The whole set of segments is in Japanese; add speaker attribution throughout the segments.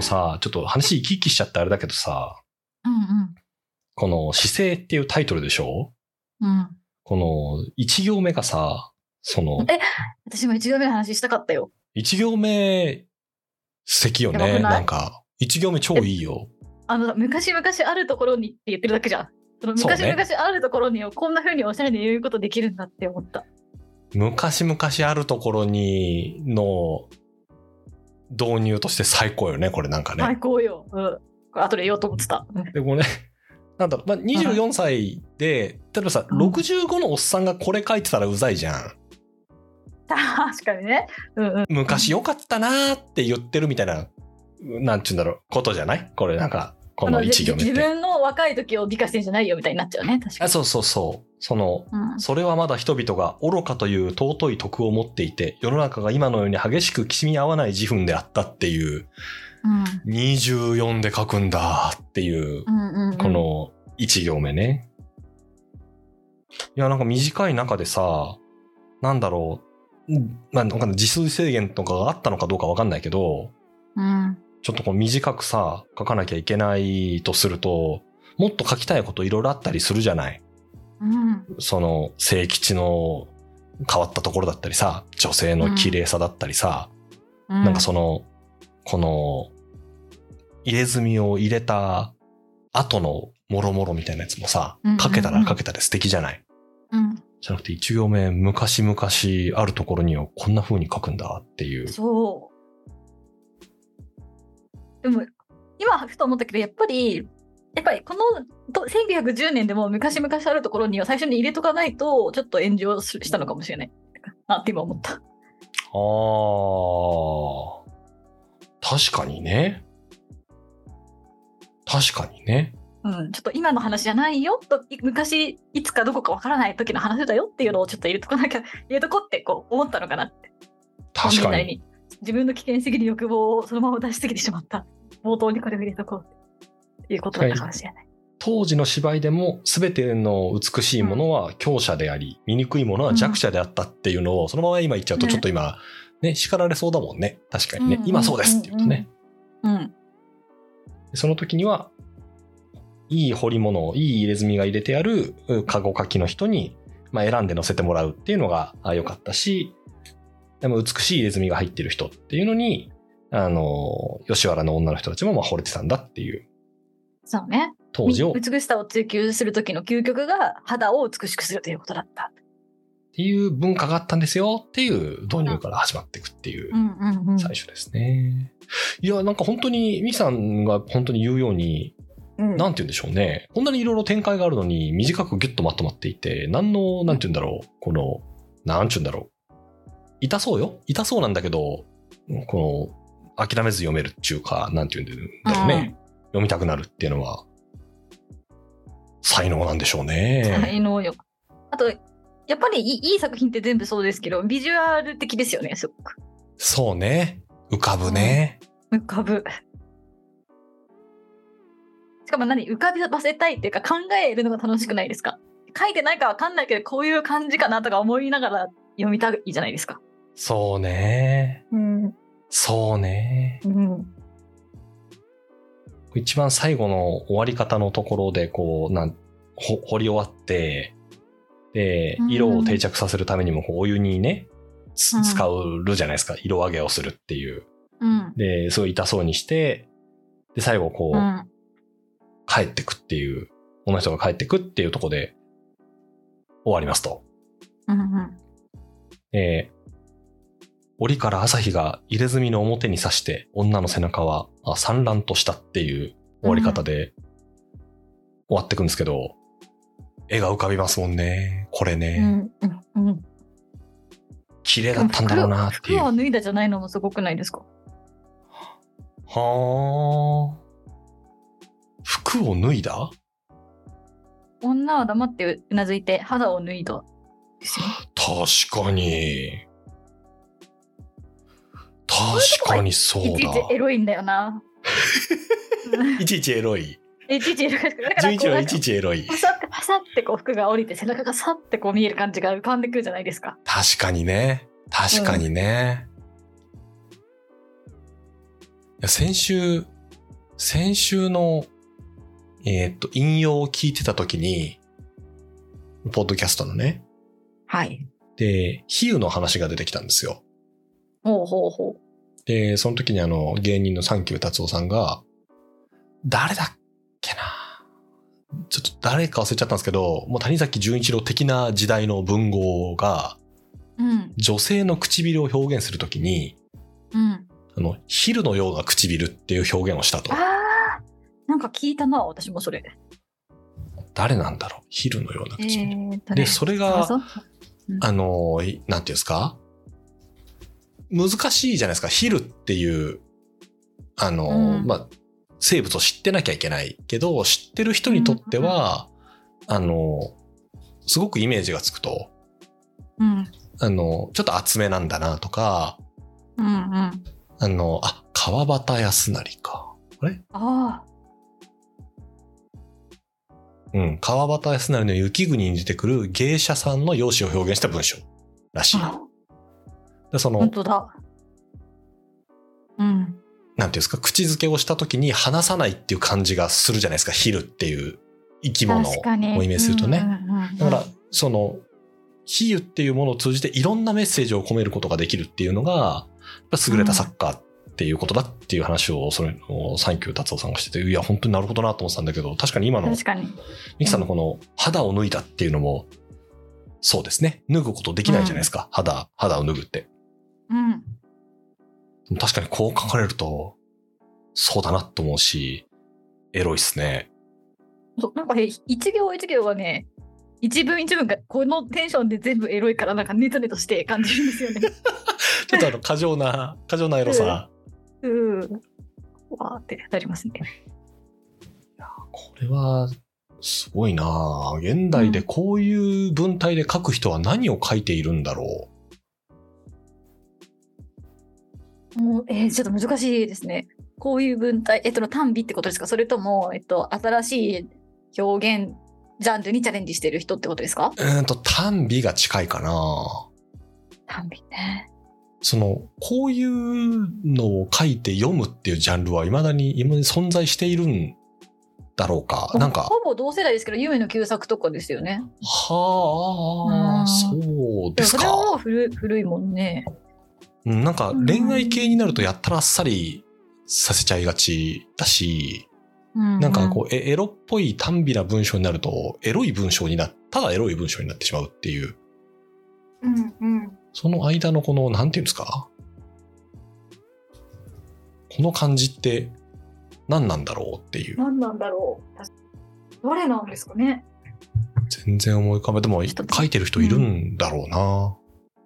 Speaker 1: さ、ちょっと話生き生きしちゃってあれだけどさ、
Speaker 2: うん
Speaker 1: この姿勢っていうタイトルでしょ
Speaker 2: うん。うん。
Speaker 1: この1行目がさ、その、
Speaker 2: 私も一度目の話したかったよ。
Speaker 1: 1行目、素敵よ
Speaker 2: やば
Speaker 1: ね。
Speaker 2: くない
Speaker 1: なんか、1行目超いいよ。
Speaker 2: あの、昔々あるところにって言ってるだけじゃん。その
Speaker 1: そう
Speaker 2: 昔
Speaker 1: ね
Speaker 2: 々あるところにをこんな風におしゃれに言うことできるんだって思った。
Speaker 1: 昔々あるところにの導入として最高よね、これなんかね。
Speaker 2: 最高よ。うん。これ後で言おうと思ってた。うん
Speaker 1: でもね、なんだろう、まあ、24歳で、例えばさ、
Speaker 2: うん
Speaker 1: 65のおっさんがこれ書いてたらうざいじゃん。
Speaker 2: 確かにね。
Speaker 1: 昔良かったなーって言ってるみたいな、なんちゅうんだろう、ことじゃないこれなんか、この
Speaker 2: あの
Speaker 1: 1行目
Speaker 2: 自
Speaker 1: って。
Speaker 2: 分の若い時を美化してんじゃないよみたいになっちゃうね。確か
Speaker 1: あ
Speaker 2: に。
Speaker 1: そうそうそう。その、
Speaker 2: うん
Speaker 1: それはまだ人々が愚かという尊い徳を持っていて、世の中が今のように激しくきしみ合わない自憤であったっていう、
Speaker 2: うん
Speaker 1: 24で書くんだっていう、
Speaker 2: うんうんうん
Speaker 1: この1行目ね。いや、なんか短い中でさ、なんだろう、うんまあ、なんか自炊制限とかがあったのかどうかわかんないけど、
Speaker 2: うん
Speaker 1: ちょっとこう短くさ、書かなきゃいけないとすると、もっと書きたいこといろいろあったりするじゃない。
Speaker 2: うん
Speaker 1: その聖吉の変わったところだったりさ女性の綺麗さだったりさ、
Speaker 2: うん
Speaker 1: なんかそのこの入れ墨を入れた後のもろもろみたいなやつもさ
Speaker 2: うんうんうん
Speaker 1: かけたらかけたら素敵じゃない、
Speaker 2: うん
Speaker 1: じゃなくて一行目昔々あるところにをこんな風に書くんだっていう
Speaker 2: そう。でも、今、ふと思ったけど、やっぱり、やっぱりこのと1910年でも昔々あるところには最初に入れとかないと、ちょっと炎上すしたのかもしれない。あって今思った。
Speaker 1: あー確かにね確かにね
Speaker 2: うん、ちょっと今の話じゃないよと、い昔、いつかどこかわからない時の話だよっていうのをちょっと入れとかなきゃ、入れとこうってこう思ったのかなって。
Speaker 1: 確
Speaker 2: 本人
Speaker 1: か
Speaker 2: なり
Speaker 1: に。
Speaker 2: 自分の危険すぎる欲望をそのまま出しすぎてしまった。冒頭にこれを入れとこうっていうことだったかもしれない。
Speaker 1: 当時の芝居でも全ての美しいものは強者であり、醜いものは弱者であったっていうのをそのまま今言っちゃうと
Speaker 2: ね
Speaker 1: ちょっと今、ね、叱られそうだもんね。確かにね。
Speaker 2: うんうん
Speaker 1: 今そうですって言うとね。
Speaker 2: うん。
Speaker 1: その時には、いい彫り物を、いい入れ墨が入れてあるうカゴ書きの人に、まあ、選んで乗せてもらうっていうのがあ良かったし、でも美しい入れ墨が入ってる人っていうのに、あの、吉原の女の人たちもまあ惚れてたんだっていう
Speaker 2: そうね。
Speaker 1: 当時を
Speaker 2: 美しさを追求する時の究極が肌を美しくするということだった。
Speaker 1: っていう文化があったんですよっていう導入から始まっていくっていう
Speaker 2: うんうんうん
Speaker 1: 最初ですね。いや、なんか本当に、ミキさんが本当に言うように、なんて言うんでしょうね。こんなにいろいろ展開があるのに短くギュッとまとまっていて、何の、なんて言うんだろう、この、なんて言うんだろう。痛そうよ。痛そうなんだけど、この、諦めず読めるっていうか、なんて言うんだろうね。読みたくなるっていうのは、才能なんでしょうね。
Speaker 2: 才能よ。あと、やっぱりいいいい作品って全部そうですけど、ビジュアル的ですよね、すごく。
Speaker 1: そうね。浮かぶね。
Speaker 2: 浮かぶ。しかも何浮かびばせたいっていうか考えるのが楽しくないですか書いてないかわかんないけど、こういう感じかなとか思いながら読みたいじゃないですか。
Speaker 1: そうね。
Speaker 2: うん。
Speaker 1: そうね。
Speaker 2: うん。
Speaker 1: 一番最後の終わり方のところで、こう、なん、ほ掘り終わって、で
Speaker 2: う、ん
Speaker 1: 色を定着させるためにも、こうお湯にね、つ
Speaker 2: うん
Speaker 1: 使うじゃないですか。色上げをするっていう。
Speaker 2: うん。
Speaker 1: で、すごい痛そうにして、で、最後、こう、
Speaker 2: うん。
Speaker 1: 帰ってくっていう、この人が帰ってくっていうとこで、終わりますと。
Speaker 2: うん。
Speaker 1: えー檻から朝日が入れ墨の表に刺して、女の背中はあ産卵としたっていう終わり方で終わってくんですけど、絵が浮かびますもんね。これ
Speaker 2: う
Speaker 1: ね。
Speaker 2: ん。うん。
Speaker 1: 綺麗だったんだろうなっていう。
Speaker 2: 服
Speaker 1: は
Speaker 2: を脱いだじゃないのもすごくないですか
Speaker 1: ー服を脱いだ
Speaker 2: 女は黙ってうなずいて肌を脱いだですよ
Speaker 1: 確かに。確
Speaker 2: こ
Speaker 1: かにそう
Speaker 2: いちい
Speaker 1: だ。
Speaker 2: ちエロいんだよなうん
Speaker 1: いちいちエロい。
Speaker 2: いちいちエロいだから
Speaker 1: 11
Speaker 2: こうな
Speaker 1: は
Speaker 2: ん
Speaker 1: い
Speaker 2: か
Speaker 1: ちいちエロい。
Speaker 2: パサってパサってこう服が降りて背中がさってこう見える感じが浮かんでくるじゃないですか
Speaker 1: 確かにね。確かにね。いや先週、先週の、えーっと、引用を聞いてた時に、ポッドキャストのね、
Speaker 2: はい。
Speaker 1: で、比喩の話が出てきたんですよ。
Speaker 2: ほうほうほう。
Speaker 1: で、その時にあの、芸人のサンキュー達夫さんが、誰だっけなちょっと誰か忘れちゃったんですけど、もう谷崎潤一郎的な時代の文豪が、
Speaker 2: うん。
Speaker 1: 女性の唇を表現するときに、
Speaker 2: うん。
Speaker 1: あの、昼のような唇っていう表現をしたと
Speaker 2: あ。あなんか聞いたな、私もそれ。
Speaker 1: 誰なんだろう昼のような
Speaker 2: え
Speaker 1: 唇。
Speaker 2: ーっとね
Speaker 1: で、それ
Speaker 2: あ
Speaker 1: が、
Speaker 2: そう
Speaker 1: あの、いなんていうんですか難しいじゃないですか。ヒルっていう、あの、
Speaker 2: うん
Speaker 1: まあ、生物を知ってなきゃいけないけど、知ってる人にとっては、あの、すごくイメージがつくと、
Speaker 2: うん。
Speaker 1: あの、ちょっと厚めなんだなとか、
Speaker 2: うんうん。あ
Speaker 1: あの、あ、川端康成か。
Speaker 2: あ
Speaker 1: うん、川端康成の雪国に出てくる芸者さんの容姿を表現した文章らしい。
Speaker 2: あ、
Speaker 1: でその、
Speaker 2: 本当だ。うん。
Speaker 1: なんていうんですか、口づけをした時に話さないっていう感じがするじゃないですか、昼っていう生き物を
Speaker 2: 確かに。
Speaker 1: イメージするとね。
Speaker 2: うんうんうんうん
Speaker 1: だから、その、比喩っていうものを通じていろんなメッセージを込めることができるっていうのが、やっぱ優れたサッカーっていうことだっていう話を、それの、サンキュー達夫さんがしてて、いや、本当になるほどなと思ってたんだけど、確かに今の、
Speaker 2: 確かに。
Speaker 1: ミキさんのこの、肌を脱いだっていうのも、そうですね。脱ぐことできないじゃないですか、肌、肌を脱ぐって。
Speaker 2: うん。
Speaker 1: 確かにこう書かれると、そうだなと思うし、エロいっすね。
Speaker 2: そうなんかへ一行一行がね一文一文がこのテンションで全部エロいからなんかネトネトして感じるんですよね。
Speaker 1: ちょっとあの、過剰な、過剰なエロさ。
Speaker 2: うん。わーってなりますね。
Speaker 1: これは、すごいなあ現代でこういう文体で書く人は何を書いているんだろ
Speaker 2: もうえーちょっと難しいですね。こういう文体えっと単美ってことですかそれともえっと新しい表現ジャンルにチャレンジしてる人ってことですか
Speaker 1: う。うーんと、単美が近いかな
Speaker 2: 単美ね。
Speaker 1: その、こういうのを書いて読むっていうジャンルは未だに、今に存在しているんだろうか。なんか、
Speaker 2: ほぼ同世代ですけど夢の旧作とかですよね。
Speaker 1: は
Speaker 2: う
Speaker 1: あ、
Speaker 2: ん
Speaker 1: そうですか。
Speaker 2: もそれは古い古いもんね。
Speaker 1: うんなんか恋愛系になるとやったらあっさりさせちゃいがちだし、
Speaker 2: うん
Speaker 1: なんかこう、えエロっぽい単美な文章になると、エロい文章にな、ただエロい文章になってしまうっていう、
Speaker 2: うん。うんうん。
Speaker 1: その間のこの、なんていうんですかこの感じって何なんだろうっていう、
Speaker 2: 何なんだろう。どれなんですかね。
Speaker 1: 全然思い浮かべても、
Speaker 2: ちょっと
Speaker 1: 書いてる人いるんだろうな。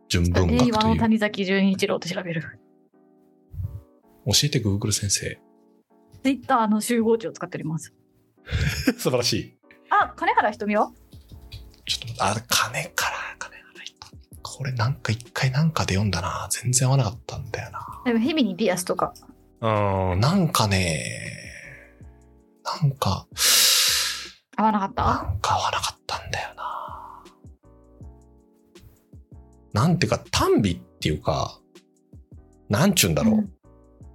Speaker 1: 純文
Speaker 2: 令
Speaker 1: 学
Speaker 2: 和
Speaker 1: とい
Speaker 2: の
Speaker 1: う。
Speaker 2: 谷崎潤一郎と調べる。
Speaker 1: 教えて Google 先生。
Speaker 2: ツイッターの集合値を使っております。
Speaker 1: 素晴らしい。
Speaker 2: あ、金原ひとみは
Speaker 1: ちょっと待って、あ、金から、金払いこれなんか一回なんかで読んだな。全然合わなかったんだよな。
Speaker 2: でもヘビにピアスとか。
Speaker 1: うーん、なんかね、なんか、
Speaker 2: 合わなかった
Speaker 1: なんか合わなかったんだよな。なんていうか、単美っていうか、なんちゅうんだろう。
Speaker 2: うん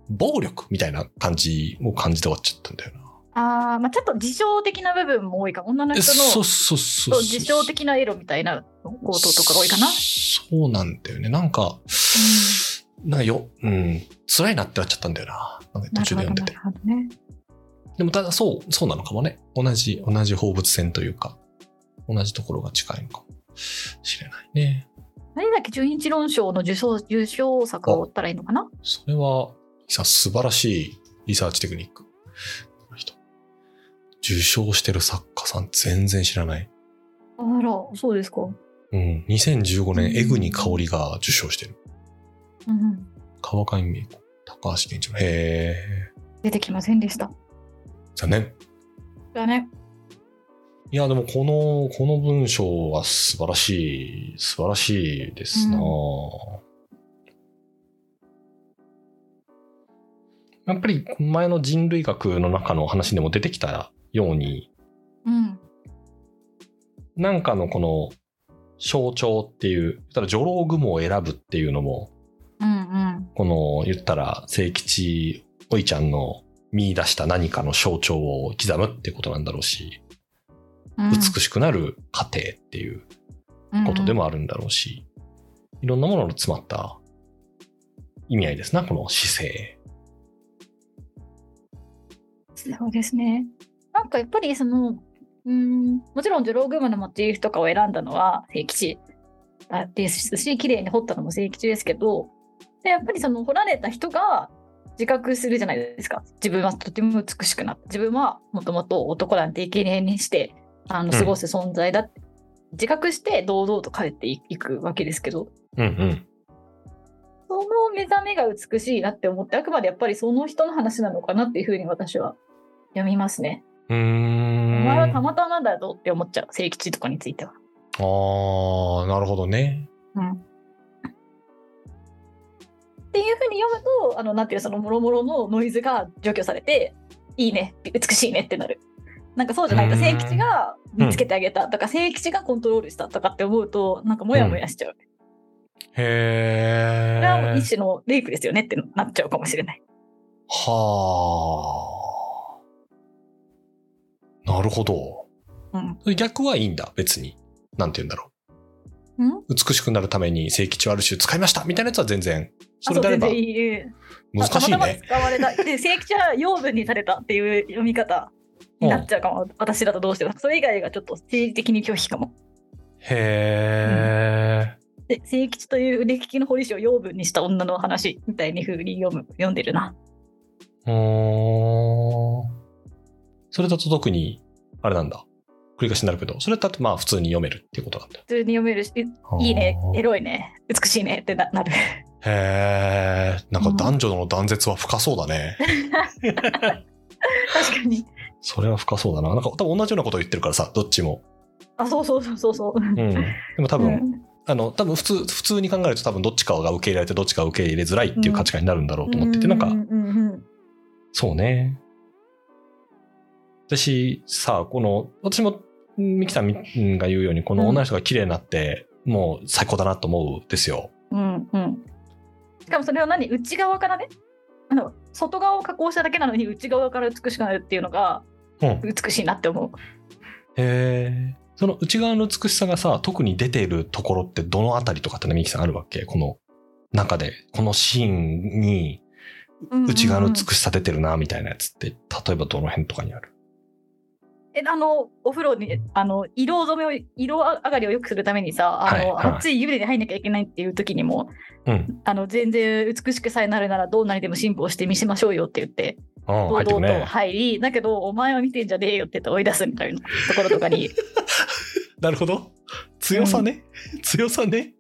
Speaker 1: 暴力みたいな感じを感じて終わっちゃったんだよな。
Speaker 2: あー、まあちょっと自称的な部分も多いかも。女の
Speaker 1: え
Speaker 2: 人
Speaker 1: そう
Speaker 2: の
Speaker 1: そうそう
Speaker 2: そ
Speaker 1: そう
Speaker 2: う自称的なエロみたいな強盗とかが多いかな。
Speaker 1: そうなんだよね。なんか、なんかよ、うん、辛いなってなっちゃったんだよな。なんか途中で読んでて。
Speaker 2: なるほどね。
Speaker 1: でもただそう、そうなのかもね。同じ、同じ放物線というか、同じところが近いのかもしれないね。
Speaker 2: 何だっけ、純一論賞の受賞受賞作を追ったらいいのかな
Speaker 1: それは、さ、素晴らしいリサーチテクニック。この人受賞してる作家さん全然知らない。
Speaker 2: あら、そうですか。うん
Speaker 1: うん。2015年、エグニ香りが受賞してる。
Speaker 2: うん、
Speaker 1: 川上美恵子、高橋健一郎。へー。
Speaker 2: 出てきませんでした。
Speaker 1: 残念。
Speaker 2: だね。
Speaker 1: いや、でもこの、この文章は素晴らしい、素晴らしいですな、
Speaker 2: う
Speaker 1: やっぱり前の人類学の中の話でも出てきたように、
Speaker 2: うん。
Speaker 1: なんかのこの象徴っていう、言ったら女郎雲を選ぶっていうのも、
Speaker 2: うんうん。
Speaker 1: この言ったら聖吉おいちゃんの見出した何かの象徴を刻むってことなんだろうし、
Speaker 2: うん
Speaker 1: 美しくなる過程っていうことでもあるんだろうし、いろんなものの詰まった意味合いですな、この姿勢。
Speaker 2: そうですね。なんかやっぱりその、うん、もちろん女郎群馬のモチーフとかを選んだのは聖吉ですし、綺麗に彫ったのも聖吉ですけど、でやっぱりその彫られた人が自覚するじゃないですか。自分はとても美しくなった。自分はもともと男なんて生贄にして、あの、
Speaker 1: うん
Speaker 2: 過ごす存在だって、自覚して堂々と帰っていいくわけですけど、
Speaker 1: うんうん。
Speaker 2: その目覚めが美しいなって思って、あくまでやっぱりその人の話なのかなっていうふうに私は読みますね。
Speaker 1: う
Speaker 2: お
Speaker 1: ーん。
Speaker 2: 前はた
Speaker 1: あ
Speaker 2: またまだぞって思っちゃう、聖吉とかについては。
Speaker 1: あー、なるほどね。
Speaker 2: っていうふうに読むと、あの、なんていう、その、もろもろのノイズが除去されて、いいね、美しいねってなる。なんかそうじゃないと、
Speaker 1: うん
Speaker 2: 聖吉が見つけてあげたとか、聖吉がコントロールしたとかって思うと、なんかモヤモヤしちゃう。
Speaker 1: へ
Speaker 2: これはもう
Speaker 1: え。
Speaker 2: 一種のレイプですよねってなっちゃうかもしれない。
Speaker 1: はあ。なるほど。
Speaker 2: うん。
Speaker 1: 逆はいいんだ、別に。なんて言うんだろ
Speaker 2: うん
Speaker 1: う。美しくなるために聖吉をある種使いましたみたいなやつは全然。それであれば
Speaker 2: あそう全然いい
Speaker 1: 難しい
Speaker 2: たまたま
Speaker 1: ね。
Speaker 2: 使われた。で、聖吉は養分にされたっていう読み方になっちゃうかも。私だとどうしても。それ以外がちょっと政治的に拒否かも。
Speaker 1: へえ。
Speaker 2: で聖吉という腕利きの彫り師を養分にした女の話みたいに風に読む読んでるな。
Speaker 1: うーん。それだと特に、あれなんだ。繰り返しになるけど、それだとまあ普通に読めるっていうことなんだ。
Speaker 2: 普通に読めるし、いいね、エロいね、美しいねってな なる。
Speaker 1: へえ。なんか男女の断絶は深そうだね。
Speaker 2: 確かに。
Speaker 1: それは深そうだな。なんか多分同じようなことを言ってるからさ、どっちも。
Speaker 2: あ、そうそうそうそうそう。
Speaker 1: うん。でも多
Speaker 2: 多
Speaker 1: 分、あの、多分普通、普通に考えると多分どっちかが受け入れられてどっちかが受け入れづらいっていう価値観になるんだろうと思ってて、なんか、そうね。私、さ、この、私も、ミキさんが言うように、この女の人が綺麗になって、もう最高だなと思うんですよ。
Speaker 2: うんうん。しかもそれは何内側からね。あの外側を加工しただけなのに内側から美しくなるっていうのが
Speaker 1: うん。へ
Speaker 2: 美しいなって思う。
Speaker 1: え。その内側の美しさがさ、特に出ているところってどのあたりとかってね、ミキさんあるわけこの中で、このシーンに
Speaker 2: うんうんうん
Speaker 1: 内側の美しさ出てるな、みたいなやつって、例えばどの辺とかにある
Speaker 2: えあのお風呂にあの色染めを色上がりを良くするためめにさあの、
Speaker 1: はいはい
Speaker 2: 熱い湯船に入んなきゃいけないっていう時にも
Speaker 1: うん。
Speaker 2: あの全然美しくさえなるならどうなりでも進歩して見せましょうよって言って
Speaker 1: うん、
Speaker 2: 堂
Speaker 1: 入ってく
Speaker 2: 々と
Speaker 1: ね。
Speaker 2: 入り、だけどお前は見てんじゃねえよって言って追い出すみたいなところ とかに
Speaker 1: なるほど。強さね。強さね。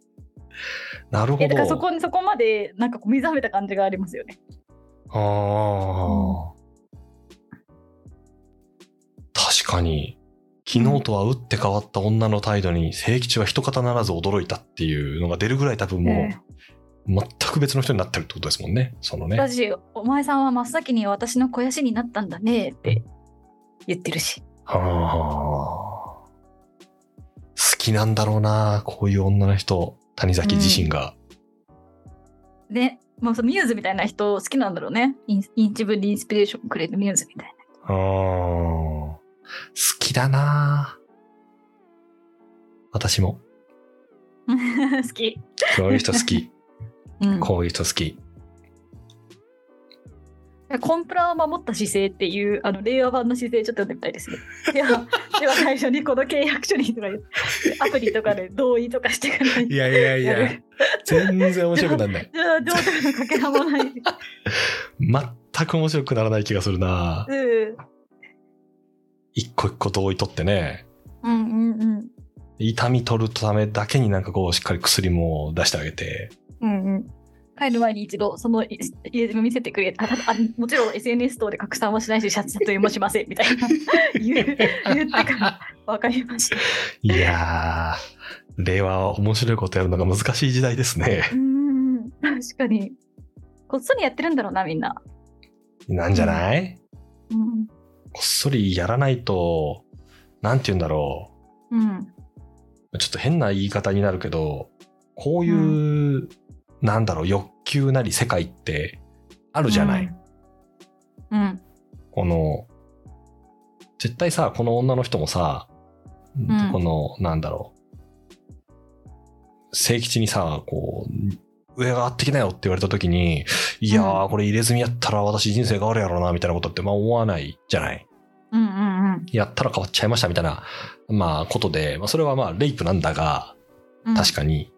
Speaker 1: なる
Speaker 2: い
Speaker 1: ほ
Speaker 2: やだから
Speaker 1: ど。
Speaker 2: そこにそこまでなんかこう目覚めた感じがありますよね。
Speaker 1: あー確かに、昨日とは打って変わった女の態度に、聖吉は一方ならず驚いたっていうのが出るぐらい多分も
Speaker 2: え
Speaker 1: う、全く別の人になってるってことですもんね。そのね。
Speaker 2: 私お前さんは真っ先に私の肥やしになったんだねって言ってるし。
Speaker 1: あー好きなんだろうな、こういう女の人、谷崎自身が。
Speaker 2: ね、もうそのミューズみたいな人好きなんだろうね。インイン自分にインスピレーションくれるミューズみたい
Speaker 1: あー好きだな私も。
Speaker 2: な。 好き。
Speaker 1: こういう人好き。
Speaker 2: うん、
Speaker 1: こういう人好き。
Speaker 2: コンプラを守った姿勢っていうあの令和版の姿勢ちょっと読んでみたいですね。ではでは最初にこの契約書にとか言ってアプリとかで同意とかしてくれない。
Speaker 1: いやいやい
Speaker 2: や
Speaker 1: や
Speaker 2: る、
Speaker 1: 全然面白くならない。
Speaker 2: じゃあ上手のかけらもない。
Speaker 1: 全く面白くならない気がするな
Speaker 2: うん
Speaker 1: 一個一個同意取ってね、
Speaker 2: うんうんうん
Speaker 1: 痛み取るためだけになんかこう、しっかり薬も出してあげ て。
Speaker 2: うんうん。帰る前に一度そのい家住み見せてくれああもちろん SNS 等で拡散はしないし、シャツともしませんみたいな言う言ってから分かりました。
Speaker 1: いやー、令和は面白いことやるのが難しい時代ですね。
Speaker 2: うん確かに。こっそりやってるんだろうな、みんな。
Speaker 1: なんじゃない
Speaker 2: うん。
Speaker 1: こっそりやらないと、なんて言うんだろ
Speaker 2: うん。
Speaker 1: う。ちょっと変な言い方になるけど、こういう、なんだろう、欲求なり世界ってあるじゃない。
Speaker 2: うん。うん。
Speaker 1: この、絶対さ、この女の人もさ、
Speaker 2: ん
Speaker 1: この、なんだろう、聖吉にさ、こう、上が上がってきなよって言われた時に、いやー、これ入れ墨やったら私人生変わるやろうな、みたいなことって、まあ思わないじゃない。
Speaker 2: うんうん
Speaker 1: やったら変わっちゃいましたみたいな、まあ、ことで、まあ、それはまあ、レイプなんだが、
Speaker 2: うん。
Speaker 1: 確
Speaker 2: か
Speaker 1: かに。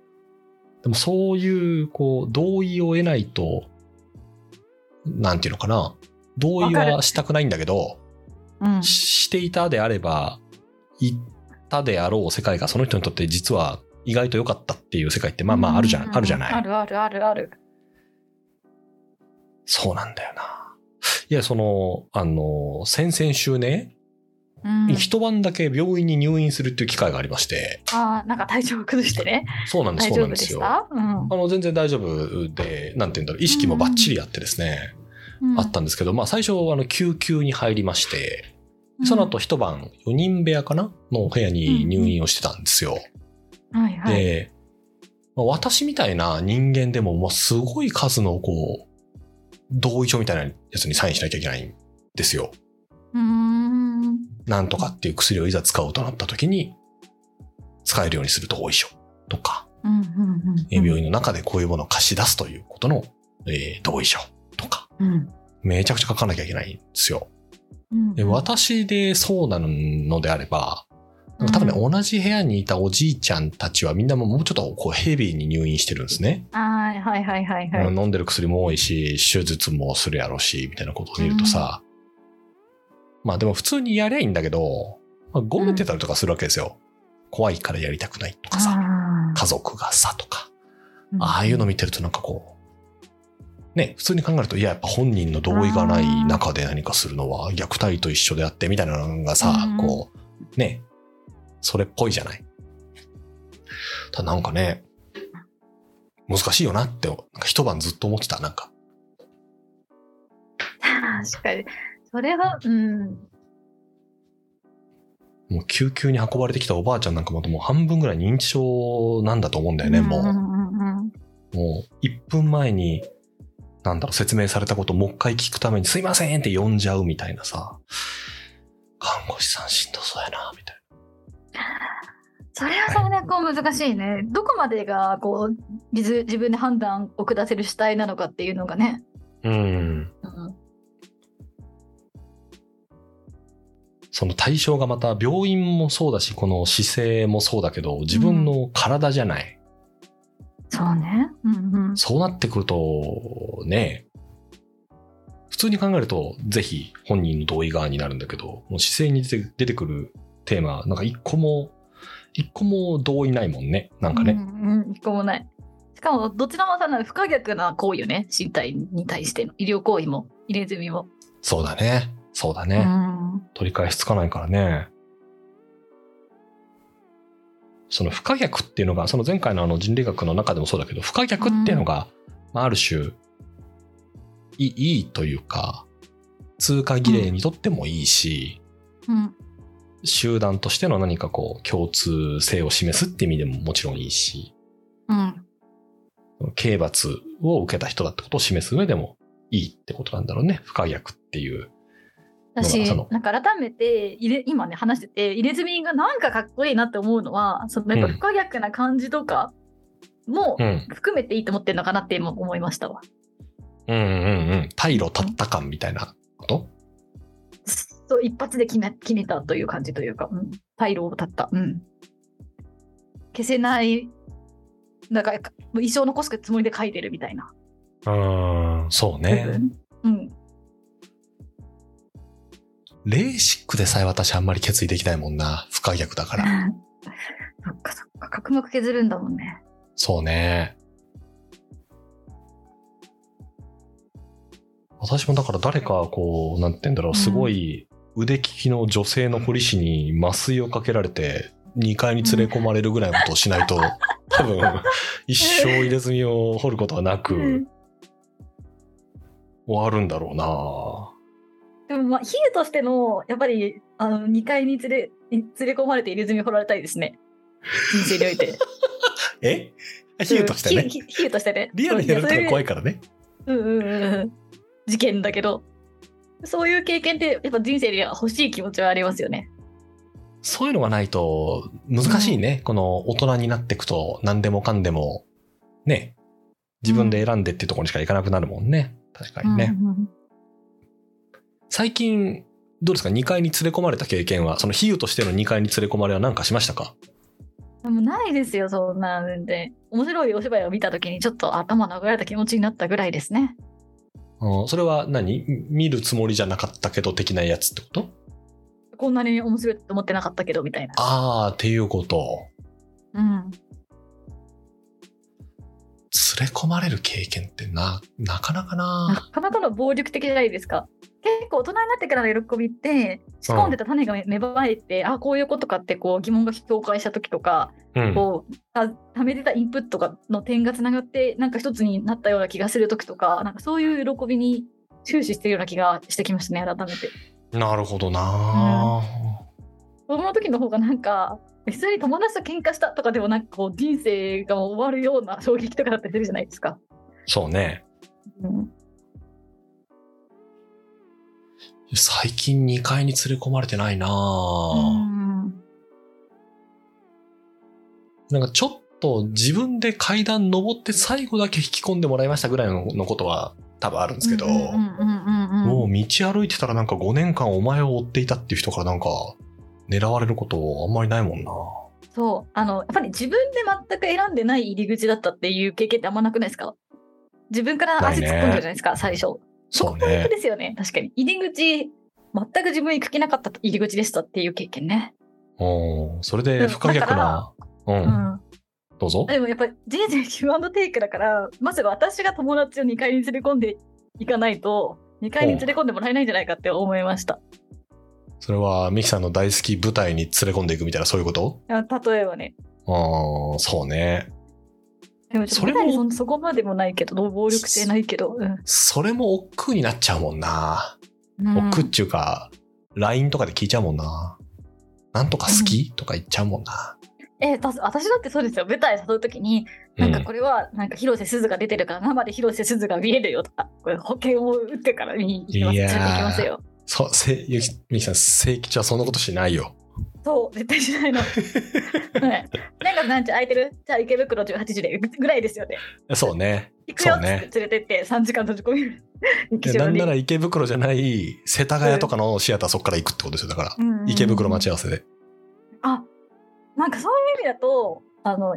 Speaker 1: でも、そういう、こう、同意を得ないと、なんていうのかな。同意
Speaker 2: わか
Speaker 1: はしたくないんだけど、
Speaker 2: に。うん。
Speaker 1: ししていたであれば、行ったであろう世界が、その人にとって実は意外と良かったっていう世界って、まあまあ、あるじゃ、
Speaker 2: うんん
Speaker 1: あるじゃない。
Speaker 2: あるあるあるある。
Speaker 1: そうなんだよな。いや、その、あの、先々週ね、
Speaker 2: うん、
Speaker 1: 一晩だけ病院に入院するっていう機会がありまして、
Speaker 2: ああ、なんか体調を崩してね。
Speaker 1: そうなんです、
Speaker 2: 大
Speaker 1: そうな
Speaker 2: 丈夫
Speaker 1: んで
Speaker 2: で
Speaker 1: す
Speaker 2: し
Speaker 1: よ。
Speaker 2: たうん
Speaker 1: あの全然大丈夫で、なんて言うんだろう、意識もバッチリあってですね、
Speaker 2: うん。
Speaker 1: あったんですけど、まあ最初、あの、救急に入りまして、
Speaker 2: うん
Speaker 1: その後一晩、4人部屋かなの部屋に入院をしてたんですよ。
Speaker 2: はいはい。
Speaker 1: で、まあ私みたいな人間でも、もうすごい数の、こう、同意書みたいなやつにサインしなきゃいけないんですよ。
Speaker 2: うーん。
Speaker 1: なんとかっていう薬をいざ使おうとなった時に、使えるようにする同意書とか、
Speaker 2: うんうんうんうん
Speaker 1: え病院の中でこういうものを貸し出すということの、えー同意書とか、
Speaker 2: うん
Speaker 1: めちゃくちゃ書かなきゃいけないんですよ。
Speaker 2: うん
Speaker 1: で私でそうなのであれば、なんか多分ね、
Speaker 2: う
Speaker 1: 同じ部屋にいたおじいちゃんたちはみんなもうもうちょっとこうヘビーに入院してるんですね。
Speaker 2: はいはいはいはいはい。
Speaker 1: 飲んでる薬も多いし、手術もするやろうし、みたいなことを見るとさ、まあでも普通にやりゃいいんだけど、まあ、ゴムてたりとかするわけですよ。怖いからやりたくないとかさ、
Speaker 2: あー
Speaker 1: 家族がさとか。ああいうの見てるとなんかこう、ね、普通に考えると、いや、やっぱ本人の同意がない中で何かするのは虐待と一緒であって、みたいなのがさ
Speaker 2: うん、
Speaker 1: こう、ね、それっぽいじゃない。ただなんかね、難しいよなって、なんか一晩ずっと思ってた、なんか。
Speaker 2: 確かに。それは、うん。
Speaker 1: もう救急に運ばれてきたおばあちゃんなんかももう半分ぐらい認知症なんだと思うんだよね、もう。
Speaker 2: うん
Speaker 1: もう1分前に、なんだろう、説明されたことをもう一回聞くために、すいませんって呼んじゃうみたいなさ、看護師さんしんどそうやな、みたい
Speaker 2: それはそれでこう難しいね。どこまでがこう自自分で判断を下せる主体なのかっていうのがね。
Speaker 1: な。うん。
Speaker 2: うん
Speaker 1: その対象がまた、病院もそうだし、この姿勢もそうだけど、自分の体じゃない。
Speaker 2: そうね。うんうん。
Speaker 1: そうなってくると、ね、普通に考えると、ぜひ本人の同意側になるんだけど、もう姿勢に出て出てくるテーマ、なんか一個も、一個も同意ないもんね。なんかね。
Speaker 2: うんうん、一個もない。しかも、どちらもさ、なんか不可逆な行為よね。身体に対しての医療行為も、入れ墨も。
Speaker 1: そうだね。そうだね。
Speaker 2: うん
Speaker 1: 取り返しつかないからね。その不可逆っていうのが、その前回のあの人類学の中でもそうだけど、不可逆っていうのが、まあ、ある種、いいいいというか、通過儀礼にとってもいいし、
Speaker 2: うん
Speaker 1: 集団としての何かこう、共通性を示すって意味でももちろんいいし、
Speaker 2: うん
Speaker 1: 刑罰を受けた人だってことを示す上でもいいってことなんだろうね。不可逆っていう。
Speaker 2: 私
Speaker 1: その
Speaker 2: なんか改めて入れ今ね話してて入れ墨がなんかかっこいいなって思うのはそのやっ
Speaker 1: う
Speaker 2: ぱ
Speaker 1: ん
Speaker 2: 不可逆な感じとかも
Speaker 1: うん。
Speaker 2: 含めていいと思ってるのかなって今思いましたわ。
Speaker 1: うんうんうん。退路立った感みたいなこと
Speaker 2: そう一発で決め決めたという感じというか、うん、退路を立った、うん、消せないなんかもう一生残すつもりで書いてるみたいな。
Speaker 1: うん、そうね。
Speaker 2: うん。
Speaker 1: レーシックでさえ私あんまり決意できないもんな。不可逆だから。
Speaker 2: そっかそっか、角膜削るんだもんね。
Speaker 1: そうね。私もだから誰かこう、なんて言うんだろう、すごい腕利きの女性の堀師に麻酔をかけられて、2階に連れ込まれるぐらいのことをしないと、多分、一生入れ墨を掘ることはなく、終わるんだろうな
Speaker 2: でも、まあ、比喩としての、やっぱり、あの、2階に連れ、連れ込まれて入れ墨掘られたいですね。人生において。
Speaker 1: え 比喩として
Speaker 2: うん
Speaker 1: ね。
Speaker 2: 比喩比喩としてね。
Speaker 1: リアルにやると
Speaker 2: そう
Speaker 1: 怖いからね。
Speaker 2: うんうんうんうん。事件だけど。そういう経験ってやっぱ人生で欲しい気持ちはありますよね。
Speaker 1: そういうのがないと難しいね。この大人になっていくと何でもかんでも、ね、自分で選んでっていうところにしか行かなくなるもんね。確かにね。
Speaker 2: うんうん
Speaker 1: 最近、どうですか ?2 階に連れ込まれた経験は、その比喩としての2階に連れ込まれは何かしましたか
Speaker 2: でもないですよ、そんな全然。面白いお芝居を見たときに、ちょっと頭殴られた気持ちになったぐらいですね。
Speaker 1: うんそれは何見るつもりじゃなかったけど的なやつってこと
Speaker 2: こんなに面白いと思ってなかったけど、みたいな。
Speaker 1: あーっていうこと。
Speaker 2: うん。
Speaker 1: 連れ込まれる経験ってな、なかなか
Speaker 2: な
Speaker 1: な。
Speaker 2: かなかの暴力的じゃないですか。結構大人になってからの喜びって、仕込んでた種が芽生えて、あ、こういうことかってこう疑問が境界したときとか、
Speaker 1: うん
Speaker 2: こう、たためてたインプットがの点がつながって、なんか一つになったような気がするときとか、なんかそういう喜びに終始してるような気がしてきましたね、改めて。
Speaker 1: なるほどな、
Speaker 2: 子供の時の方がなんか別に友達と喧嘩したとかでもなんかこう人生が終わるような衝撃とかだったりするじゃないですか。
Speaker 1: そうね。
Speaker 2: うん、
Speaker 1: 最近2階に連れ込まれてないな、
Speaker 2: うん
Speaker 1: なんかちょっと自分で階段登って最後だけ引き込んでもらいましたぐらいののことは多分あるんですけど、
Speaker 2: うんうんうんうん
Speaker 1: も
Speaker 2: うん
Speaker 1: う道歩いてたらなんか5年間お前を追っていたっていう人からなんか狙われることあんまりないもんな。
Speaker 2: そうあのやっぱり自分で全く選んでない入り口だったっていう経験ってあんまなくないですか自分から足突っ込んでるじゃないですか、最初。
Speaker 1: そう
Speaker 2: ポイン
Speaker 1: ね
Speaker 2: ト。ですよね確かに入り口全く自分行く気なかった入り口でしたっていう経験ね。
Speaker 1: うん。それで不可逆な。うん。
Speaker 2: うん
Speaker 1: どうぞ。
Speaker 2: でもやっぱり人生ギブアンドテイクだからまず私が友達を2階に連れ込んでいかないと2階に連れ込んでもらえないんじゃないかって思いました
Speaker 1: それはミキさんの大好き舞台に連れ込んでいくみたいなそういうこと
Speaker 2: あ例えばね
Speaker 1: うん。そうね。
Speaker 2: でもちょ
Speaker 1: そ
Speaker 2: っと
Speaker 1: れ
Speaker 2: 舞
Speaker 1: も
Speaker 2: 台にそんそこまでもないけど暴力性ないけど、うん
Speaker 1: それも億劫になっちゃうもんな。
Speaker 2: うん
Speaker 1: 億劫っていうか、LINE とかで聞いちゃうもんな。なんとか好き、とか言っちゃうもんな。
Speaker 2: えだ私だってそうですよ舞台誘う時になんかこれはなんか広瀬すずが出てるから生で広瀬すずが見えるよとかこれ保険を打ってから見に行きます
Speaker 1: いやー
Speaker 2: 連れて行きますよ
Speaker 1: そう、せ、ゆき、みきさん、正吉はそんなことしないよ。
Speaker 2: そう絶対しない の、はい、なんかなんちゃ空いてるじゃあ池袋18時でぐらいですよね
Speaker 1: そうね。
Speaker 2: 行くよ
Speaker 1: そう
Speaker 2: っつ
Speaker 1: ね
Speaker 2: って連れてって3時間閉じ込める 劇
Speaker 1: な
Speaker 2: 場
Speaker 1: ん
Speaker 2: に
Speaker 1: なら池袋じゃない、世田谷とかのシアターそっから行くってことですよ。だから、
Speaker 2: うんうんうん
Speaker 1: 池袋待ち合わせで。
Speaker 2: あなんかそういう意味だとあの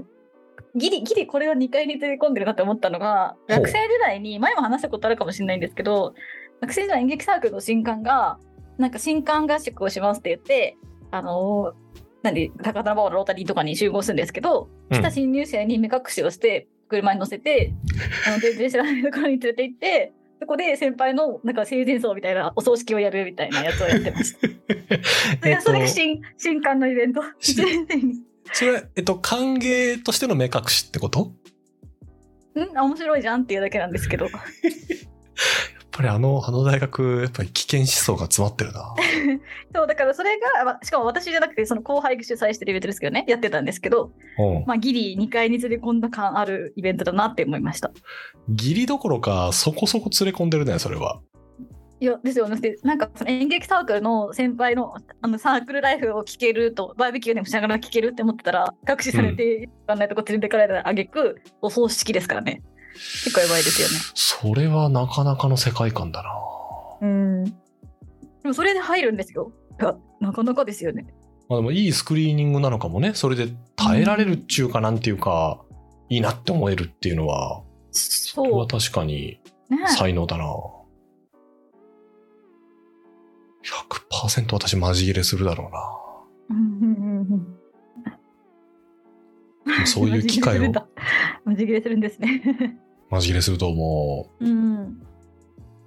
Speaker 2: ギリギリこれは2階に連れ込んでるなって思ったのが
Speaker 1: ほう
Speaker 2: 学生時代に前も話したことあるかもしれないんですけど学生時代演劇サークルの新刊がなんか新刊合宿をしますって言ってあの何高田馬場のロータリーとかに集合するんですけど
Speaker 1: うん
Speaker 2: 来た新入生に目隠しをして車に乗せ て、あの全然知らないところに連れて行ってそこで先輩のなんか生前葬みたいなお葬式をやるみたいなやつをやってました。それ
Speaker 1: え
Speaker 2: が
Speaker 1: っ
Speaker 2: そ
Speaker 1: と
Speaker 2: れが新新刊のイベン ト
Speaker 1: し
Speaker 2: 1年生に。
Speaker 1: それは、えっと、歓迎としての目隠しってこと
Speaker 2: んあ面白いじゃんっていうだけなんですけど
Speaker 1: やっぱりあの、あの大学、やっぱり危険思想が詰まってる な。
Speaker 2: そうだからそれがましかも私じゃなくてその後輩が主催してるイベントですけどねやってたんですけど、
Speaker 1: うん。
Speaker 2: まあ、ギリ2階に連れ込んだ感あるイベントだなって思いました
Speaker 1: ギリどころか、そこそこ連れ込んでるね、それは。
Speaker 2: いやですよねでなんかその演劇サークルの先輩のあのサークルライフを聞けるとバーベキューでもしながら聞けるって思ってたら隠しされて、わかんないとこ連れてかれたあげくお葬式ですからね結構やばいですよね
Speaker 1: それはなかなかの世界観だな。
Speaker 2: うんでもそれで入るんですよいやなかなかですよね
Speaker 1: まあでもいいスクリーニングなのかもね。それで耐えられるっちゅうかなんていうか、いいなって思えるっていうのは、
Speaker 2: そ
Speaker 1: これ
Speaker 2: う
Speaker 1: は確かに
Speaker 2: ね
Speaker 1: 才能だな。100%私マジ切れするだろう
Speaker 2: うんうんうんうん
Speaker 1: な。そういう機会 を
Speaker 2: マジ切れするんだマジ切れするんですね。
Speaker 1: マジ切れすると思う。
Speaker 2: うん。
Speaker 1: で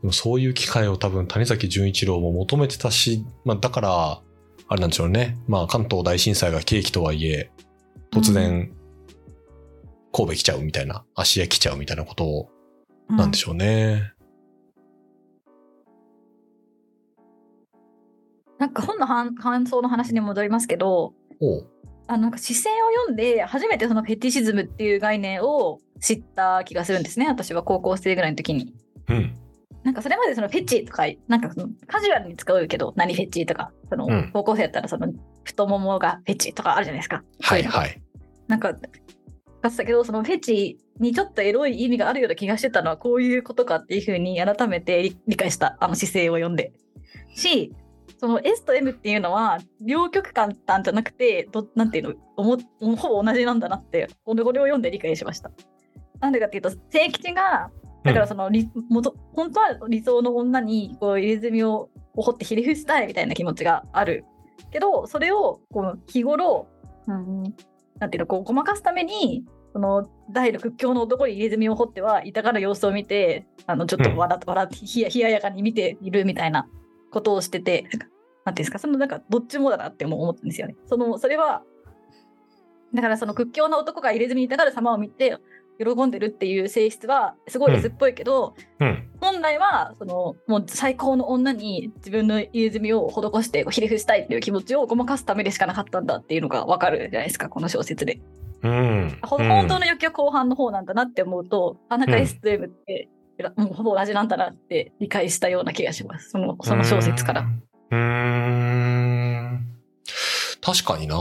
Speaker 1: もそういう機会を多分谷崎潤一郎も求めてたし、まあだから、あれなんでしょうね。まあ関東大震災が契機とはいえ、突然、神戸来ちゃうみたいな、芦屋来ちゃうみたいなことをなんで
Speaker 2: ょ
Speaker 1: しょうね。
Speaker 2: うん。なんか本の反感想の話に戻りますけど、
Speaker 1: おう
Speaker 2: あのなんか視線を読んで初めてそのフェティシズムっていう概念を知った気がするんですね。私は高校生ぐらいの時に。
Speaker 1: うん。
Speaker 2: なんかそれまでそのフェチとか、なんかそのカジュアルに使うけど、何フェチとか、その
Speaker 1: うん
Speaker 2: 高校生やったらその太ももがフェチとかあるじゃないですか。
Speaker 1: はい
Speaker 2: そううの
Speaker 1: はい。
Speaker 2: なんか、かつたけど、そのフェチにちょっとエロい意味があるような気がしてたのは、こういうことかっていうふうに改めて理理解した、あの姿勢を読んで。し、その S と M っていうのは、両極端じゃなくて、どなんていうのおも、ほぼ同じなんだなって、これを読んで理解しました。なんでかっていうと、聖吉が、だからその理、元本当は理想の女にこう入れ墨を掘ってひれ伏したいみたいな気持ちがあるけどそれをこう日頃、うんなんていうのこうごまかすためにその第六強の男に入れ墨を掘っては痛がる様子を見てあのちょっと笑,、笑ってひやひややかに見ているみたいなことをしててなんかなんていうんですかそのなんかどっちもだなっても思ったんですよね。そのそれはだからその屈強な男が入れ墨に痛がる様を見て喜んでるっていう性質はすごい S っぽいけど、
Speaker 1: うん。
Speaker 2: 本来はそのもう最高の女に自分の入れ墨を施してこうひれ伏したいっていう気持ちをごまかすためでしかなかったんだっていうのがわかるじゃないですかこの小説で、
Speaker 1: うん。
Speaker 2: ほ
Speaker 1: うん
Speaker 2: 本当の欲求は後半の方なんだなって思うとあなんか
Speaker 1: うん
Speaker 2: S と M って、もうほぼ同じなんだなって理解したような気がしますそのその小説から。
Speaker 1: うーん。うーん確かにな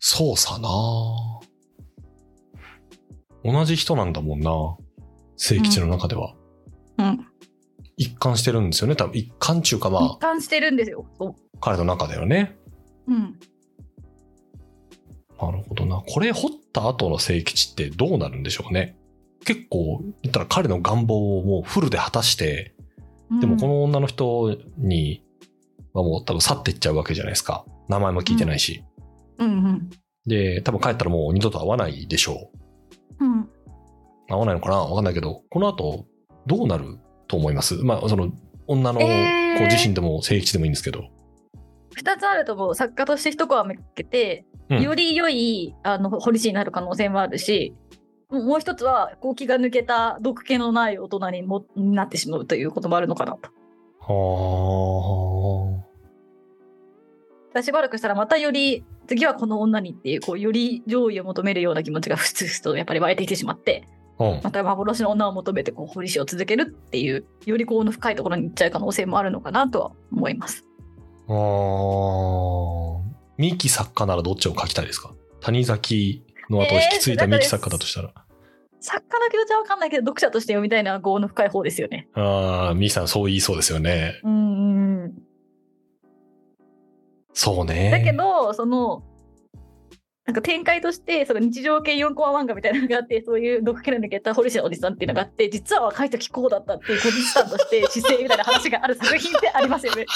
Speaker 1: そうさな同じ人なんだもんな聖吉の中では。
Speaker 2: うん、
Speaker 1: 一貫してるんですよね。多分一貫中か
Speaker 2: 一
Speaker 1: まあ、
Speaker 2: 貫してるんですよ。そ
Speaker 1: 彼の中ではね。
Speaker 2: ううん、
Speaker 1: なるほどな。これ掘った後の聖吉ってどうなるんでしょうね。結構、言ったら彼の願望をもうフルで果たして、でもこの女の人にはもう多分去っていっちゃうわけじゃないですか。名前も聞いてないし。
Speaker 2: の、うんうん
Speaker 1: で、多分帰ったらもう二度と会わないでしょう。
Speaker 2: うん、
Speaker 1: 会わないのかなわかんないけど、この後どうなると思いますまあ、その女の子
Speaker 2: えー
Speaker 1: 自身でも聖吉でもいいんですけど。
Speaker 2: 2つあるともう作家として一コア向けて
Speaker 1: うん
Speaker 2: より良いあの堀市になる可能性もあるしもうもう一つはこう気が抜けた毒気のない大人にもになってしまうということもあるのかなと
Speaker 1: は
Speaker 2: だしばらくしたらまたより次はこの女にっていうこうより上位を求めるような気持ちがふつふつとやっぱり湧いてきてしまって
Speaker 1: あ。うん。
Speaker 2: また幻の女を求めてこう堀市を続けるっていうよりこうの深いところに行っちゃう可能性もあるのかなとは思います。
Speaker 1: あーミキ作家ならどっちを書きたいですか谷崎の後を引き継いだミキ作家だとしたら。
Speaker 2: 作家の気持ちは分かんないけど読者として読みたいのは業の深い方ですよね。
Speaker 1: ああ、ミキさんそう言いそうですよね。
Speaker 2: うんうん
Speaker 1: そうね。
Speaker 2: だけど、その、なんか展開として、その日常系4コア漫画みたいなのがあって、そういう毒気の抜けた堀市のおじさんっていうのがあって、実は若い時こうだったっていう、個人資産と して姿勢みたいな話がある作品ってありますよね。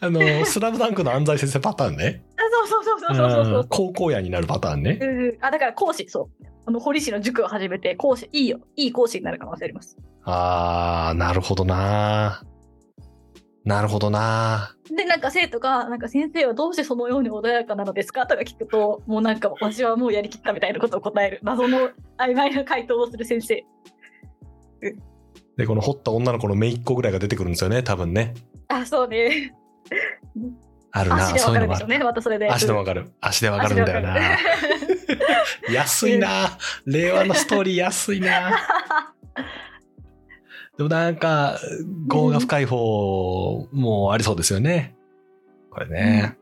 Speaker 1: あ の、スラムダンクの安西先生パターンね。
Speaker 2: あそうそうそうそうそうそ
Speaker 1: う
Speaker 2: う
Speaker 1: ん高校野になるパターンね。
Speaker 2: うんあ、だから講師、そう。あの堀市の塾を始めて、講師、いいよ、いい講師になる可能性あります。
Speaker 1: ああ、なるほどな。なるほどな。
Speaker 2: で、なんか生徒が、なんか先生はどうしてそのように穏やかなのですかとか聞くと、もうなんか、わしはもうやりきったみたいなことを答える、謎の曖昧な回答をする先生。
Speaker 1: で、この掘った女の子のめいっ子ぐらいが出てくるんですよね、多分ね。
Speaker 2: あ、そうね。
Speaker 1: ある
Speaker 2: 足
Speaker 1: な、
Speaker 2: でわ
Speaker 1: そういう
Speaker 2: か
Speaker 1: の
Speaker 2: る
Speaker 1: も
Speaker 2: で
Speaker 1: あ
Speaker 2: し
Speaker 1: る
Speaker 2: ょう。ね、またそれで。
Speaker 1: 足でわかる。足でわかるんだよな。 安いな。令和のストーリー安いな。 でもなんか、業が深い方もありそうですよね。これね。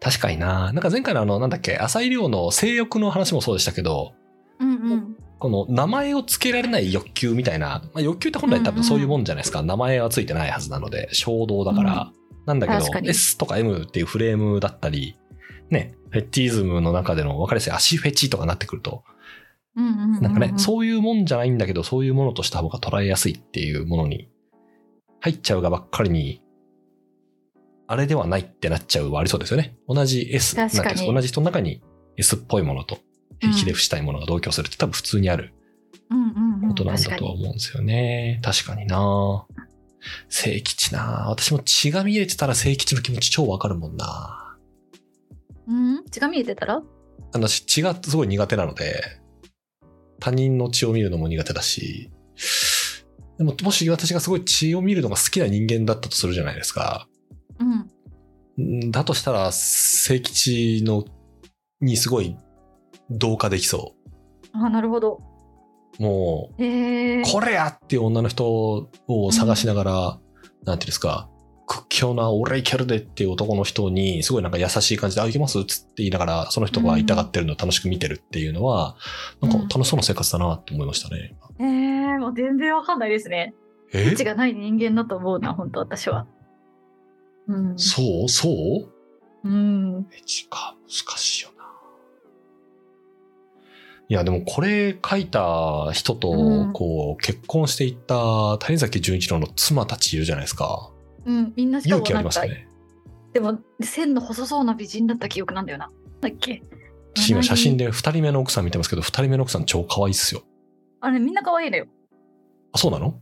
Speaker 1: 確かにな。なんか前回のあの、なんだっけ、浅井亮の性欲の話もそうでしたけど、
Speaker 2: うんうん。
Speaker 1: この名前を付けられない欲求みたいな、まあ、欲求って本来多分そういうもんじゃないですか。名前は付いてないはずなので、衝動だから。なんだけど
Speaker 2: 確か、に
Speaker 1: S とか M っていうフレームだったり、ね、フェチイズムの中での分かりやすい足フェチとかになってくると、
Speaker 2: うんうんうん。
Speaker 1: なんかね、
Speaker 2: う。
Speaker 1: そういうもんじゃないんだけど、そういうものとした方が捉えやすいっていうものに、入っちゃうがばっかりに、あれではないってなっちゃうはありそうですよね。同じ S、
Speaker 2: 確かに
Speaker 1: なんていうんです同じ人の中に S っぽいものと、
Speaker 2: うん
Speaker 1: ひれ伏したいものが同居するって多分普通にある
Speaker 2: うんうんうん。
Speaker 1: ことなんだ
Speaker 2: 確
Speaker 1: と
Speaker 2: か
Speaker 1: は
Speaker 2: に
Speaker 1: 思うんですよね。確かにな聖吉な私も血が見えてたら聖吉の気持ち超わかるもんな
Speaker 2: うん。血が見えてたら
Speaker 1: 私血がすごい苦手なので、他人の血を見るのも苦手だし、でももし私がすごい血を見るのが好きな人間だったとするじゃないですか。
Speaker 2: うん。
Speaker 1: んだとしたら、聖吉の、にすごい同化できそ
Speaker 2: あ、なるほど。
Speaker 1: う。も
Speaker 2: えー
Speaker 1: う、これやっていう女の人を探しながら、なんていうんですか、屈強な俺いけるでっていう男の人に、すごいなんか優しい感じで、あ、いけますっつって言いながら、その人が痛がってるのを楽しく見てるっていうのは、なんか楽しそうな生活だなと思いましたね。
Speaker 2: えー、もう全然わかんないですね。
Speaker 1: え
Speaker 2: 価値がない人間だと思うな、本当私は。うん。
Speaker 1: そうそう
Speaker 2: うん。
Speaker 1: エッジか、難しいよな。いや、でもこれ書いた人
Speaker 2: う
Speaker 1: と
Speaker 2: ん、
Speaker 1: こう、結婚していった谷崎潤一郎の妻たちいるじゃないですか。
Speaker 2: うん、みんなしか
Speaker 1: 勇
Speaker 2: も
Speaker 1: 気あ
Speaker 2: な
Speaker 1: り
Speaker 2: ん
Speaker 1: まし
Speaker 2: か、
Speaker 1: たね。
Speaker 2: でも線の細そうな美人だった記憶なんだよな。だっけ
Speaker 1: 私今写真
Speaker 2: で。
Speaker 1: で二人目の奥さん見てますけど、二人目の奥さん超可愛いっすよ。
Speaker 2: あれみんな可愛いのよ。
Speaker 1: あ、そうなの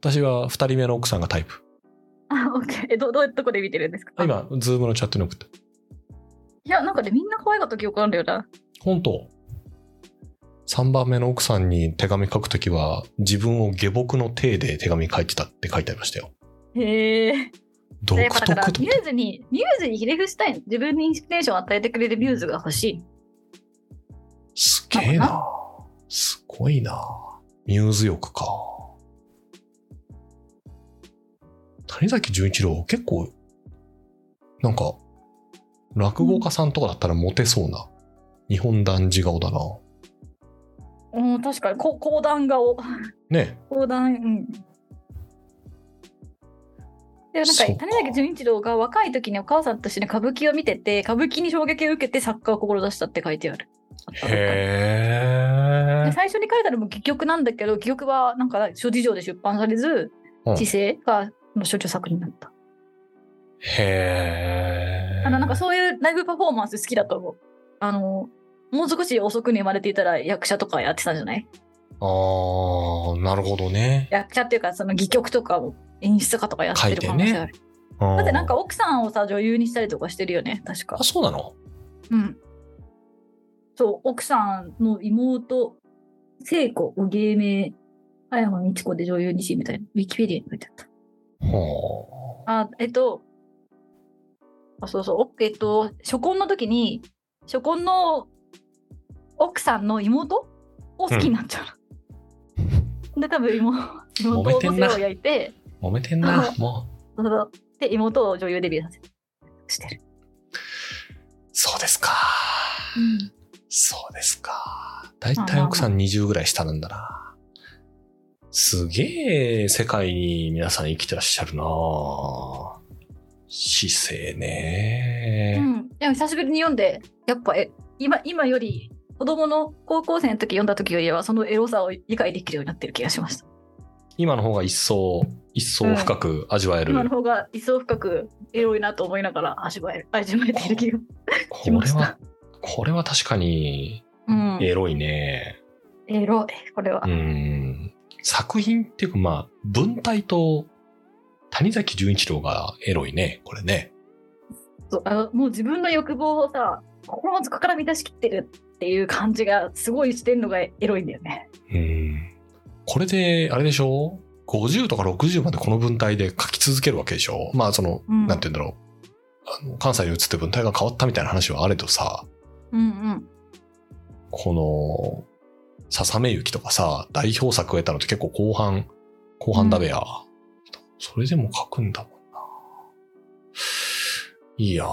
Speaker 1: 私は二人目の奥さんがタイプ。
Speaker 2: あ、オッケー。え、どどういうとこで見てるんですか
Speaker 1: あ。今、ズームのチャットに送った。
Speaker 2: いや、なんかね、みんな可愛かった記憶あるんだよな。
Speaker 1: 本当三番目の奥さんに手紙書くときは、自分を下僕の体で手紙書いてたって書いてありましたよ。
Speaker 2: へえ。
Speaker 1: 独
Speaker 2: やっぱ
Speaker 1: 特
Speaker 2: だから、
Speaker 1: と
Speaker 2: ミ
Speaker 1: 思
Speaker 2: ュ
Speaker 1: って
Speaker 2: ーズに、ミューズにひれ伏したい。自分にインスピレーションを与えてくれるミューズが欲しい。
Speaker 1: すげえな。すごいな。ミューズ欲か。谷崎潤一郎、結構、なんか、落語家さんとかだったらモテそうな、日本男児顔だな。
Speaker 2: うん、確かに、こ講談顔。
Speaker 1: ね
Speaker 2: 講談、うん。でもなんか
Speaker 1: そうか
Speaker 2: 谷崎潤一郎が若い時にお母さんと一緒に歌舞伎を見てて歌舞伎に衝撃を受けて作家を志したって書いてある。で
Speaker 1: へ
Speaker 2: 最初に書いたのも戯曲なんだけど戯曲はなんか諸事情で出版されず
Speaker 1: うん
Speaker 2: 知性がの処女作になった。
Speaker 1: へえ。
Speaker 2: あのなんかそういうライブパフォーマンス好きだと思う。あのもう少し遅くに生まれていたら役者とかやってたんじゃない
Speaker 1: あー、なるほどね。
Speaker 2: 役者っていうかその戯曲とかを演出家とかやってる可能性ある。
Speaker 1: だ
Speaker 2: だってなんか、奥さんをさ女優にしたりとかしてるよね確か
Speaker 1: あ、。そうなの
Speaker 2: うん。そう、奥さんの妹、聖子を芸名、綾野美智子で女優にしみたいな、ウィキペディアに書いてあっ
Speaker 1: は
Speaker 2: た。あ、えっと、あそうそう、おえっと、初婚の時に、初婚の奥さんの妹を好きになっちゃうの。で、多分妹、
Speaker 1: 揉め
Speaker 2: 妹
Speaker 1: て
Speaker 2: の
Speaker 1: んな
Speaker 2: 世を焼いて、
Speaker 1: あ。揉めてんな
Speaker 2: あ、
Speaker 1: もう。
Speaker 2: そうそうで、妹を女優デビューさせてしてる。
Speaker 1: そうですか。そうですか。だいたい奥さん20ぐらい下なんだな。すげえ世界に皆さん生きてらっしゃるな姿勢
Speaker 2: う
Speaker 1: ね。
Speaker 2: ん、でも久しぶりに読んでやっぱえ今今より子供の高校生の時読んだ時よりはそのエロさを理解できるようになってる気がしました
Speaker 1: 今の方が一層、一層深く味わえる。
Speaker 2: 今の方が一層深くエロいなと思いながら味わえる味わえている気が
Speaker 1: こ
Speaker 2: しま
Speaker 1: れ
Speaker 2: した
Speaker 1: は、これは確かに
Speaker 2: うん
Speaker 1: エロいね。
Speaker 2: エロいこれは、
Speaker 1: うん。作品っていうかまあ、文体と谷崎潤一郎がエロいね、これね。
Speaker 2: そうあのもう自分の欲望をさ心の底から満たしきってるっていう感じがすごいしてんのがエロいんだよね
Speaker 1: うんこれで、あれでしょ ?50 とか60までこの文体で書き続けるわけでしょまあ、その、
Speaker 2: うん
Speaker 1: なんて言うんだろう。あの関西に移って文体が変わったみたいな話はあれどさ、
Speaker 2: うんうん
Speaker 1: この、ささめゆきとかさ、代表作を得たのって結構後半、後半だべや。それでも書くんだもんな。いやー